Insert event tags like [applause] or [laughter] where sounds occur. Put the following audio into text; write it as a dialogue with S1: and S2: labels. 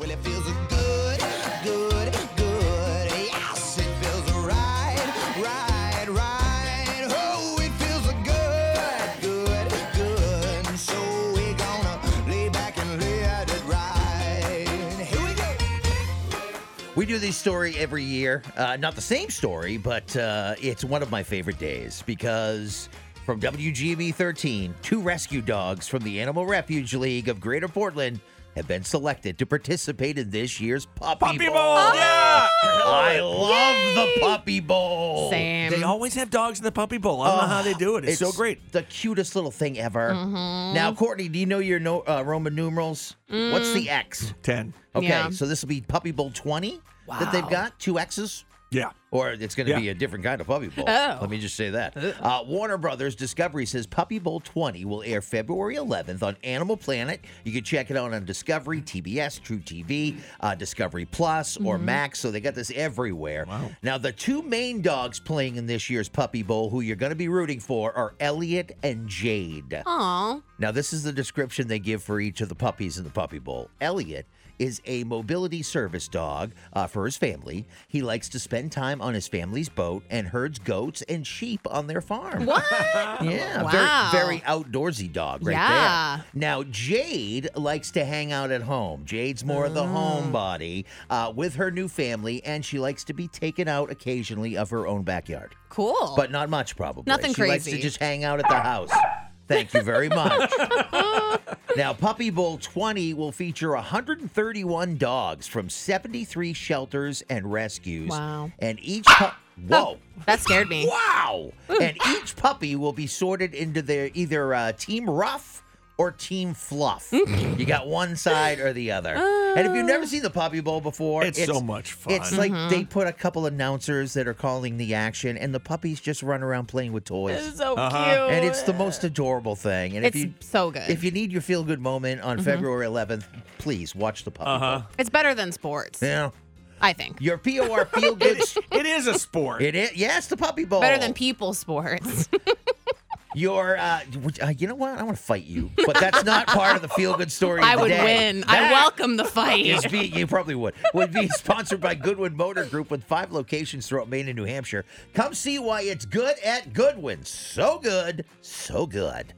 S1: Well, it feels good, good, good. Yes, it feels right, right, right. Oh, it feels good, good, good. So we're gonna lay back and let it ride. Here we go.
S2: We do this story every year. Uh, not the same story, but uh, it's one of my favorite days because from WGB 13, E two rescue dogs from the Animal Refuge League of Greater Portland have been selected to participate in this year's Puppy,
S3: Puppy
S2: Bowl. Oh,
S3: Bowl! Yeah!
S2: I love the Puppy Bowl.
S4: Same.
S2: Um,
S3: They always have dogs in the puppy bowl. I don't know how they do it. It's, so great.
S2: The cutest little thing ever.
S4: Mm-hmm.
S2: Now, Courtney, do you know your no, uh, Roman numerals? What's the X?
S3: 10.
S2: Okay,
S4: Mm. Yeah.
S2: so this will be Puppy Bowl 20 that they've
S4: Wow.
S2: got, two X's.
S3: Yeah.
S2: Or it's going to
S3: Yeah.
S2: be a different kind of Puppy Bowl.
S4: Oh.
S2: Let me just say that. Uh, Warner Brothers Discovery says Puppy Bowl 20 will air February 11th on Animal Planet. You can check it out on Discovery, TBS, True TV, uh, Discovery Plus, or Max. So they got this everywhere. Wow. Now, the two main dogs playing in this year's Puppy Bowl who you're going to be rooting for are Elliot and Jade.
S4: Aw.
S2: Now, this is the description they give for each of the puppies in the puppy bowl. Elliot is a mobility service dog uh, for his family. He likes to spend time on his family's boat and herds goats and sheep on their farm. What? [laughs] yeah,
S4: Wow.
S2: very, very outdoorsy dog right
S4: Yeah.
S2: there. Now, Jade likes to hang out at home. Jade's more of the
S4: Oh.
S2: homebody uh, with her new family, and she likes to be taken out occasionally of her own backyard
S4: Cool.
S2: but not much probably.
S4: Nothing
S2: she likes to
S4: crazy.
S2: just hang out at the house. Thank you very
S4: [laughs]
S2: much. now, Puppy Bowl 20 will feature 131 dogs from 73 shelters and rescues.
S4: Wow.
S2: And
S4: [laughs]
S2: each pu- whoa.
S4: Oh, that
S2: [laughs]
S4: scared me.
S2: Wow!
S4: Hmm.
S2: And each puppy will be sorted into their either uh, team rough or team fluff.
S4: Hmm.
S2: you got one side or the other. and if you've
S4: Oh.
S2: never seen the Puppy Bowl before,
S3: It's so much fun.
S2: It's
S4: Mm-hmm.
S2: like they put a couple announcers that are calling the action, and the puppies just run around playing with toys.
S4: This is so
S3: Uh-huh.
S4: cute.
S2: and it's the most adorable thing. And
S4: It's
S2: if you
S4: so good. Mm-hmm.
S2: if you need your feel good moment on February 11th, please watch the puppy.
S3: Uh-huh.
S2: Bowl.
S4: it's better than sports,
S2: Yeah,
S4: I think.
S2: your POR feel good.
S4: [laughs]
S3: It is a sport.
S2: It is yes, the puppy bowl.
S4: Better than people sports.
S2: Your, uh, would- uh, you know what? I want to fight you, but that's not part of the feel good story.
S4: I
S2: of the
S4: would
S2: day.
S4: win. I
S2: That
S4: welcome the fight.
S2: is be- you probably would. Would be sponsored by Goodwin Motor Group with five locations throughout Maine and New Hampshire. Come see why it's good at Goodwin. So good, so good.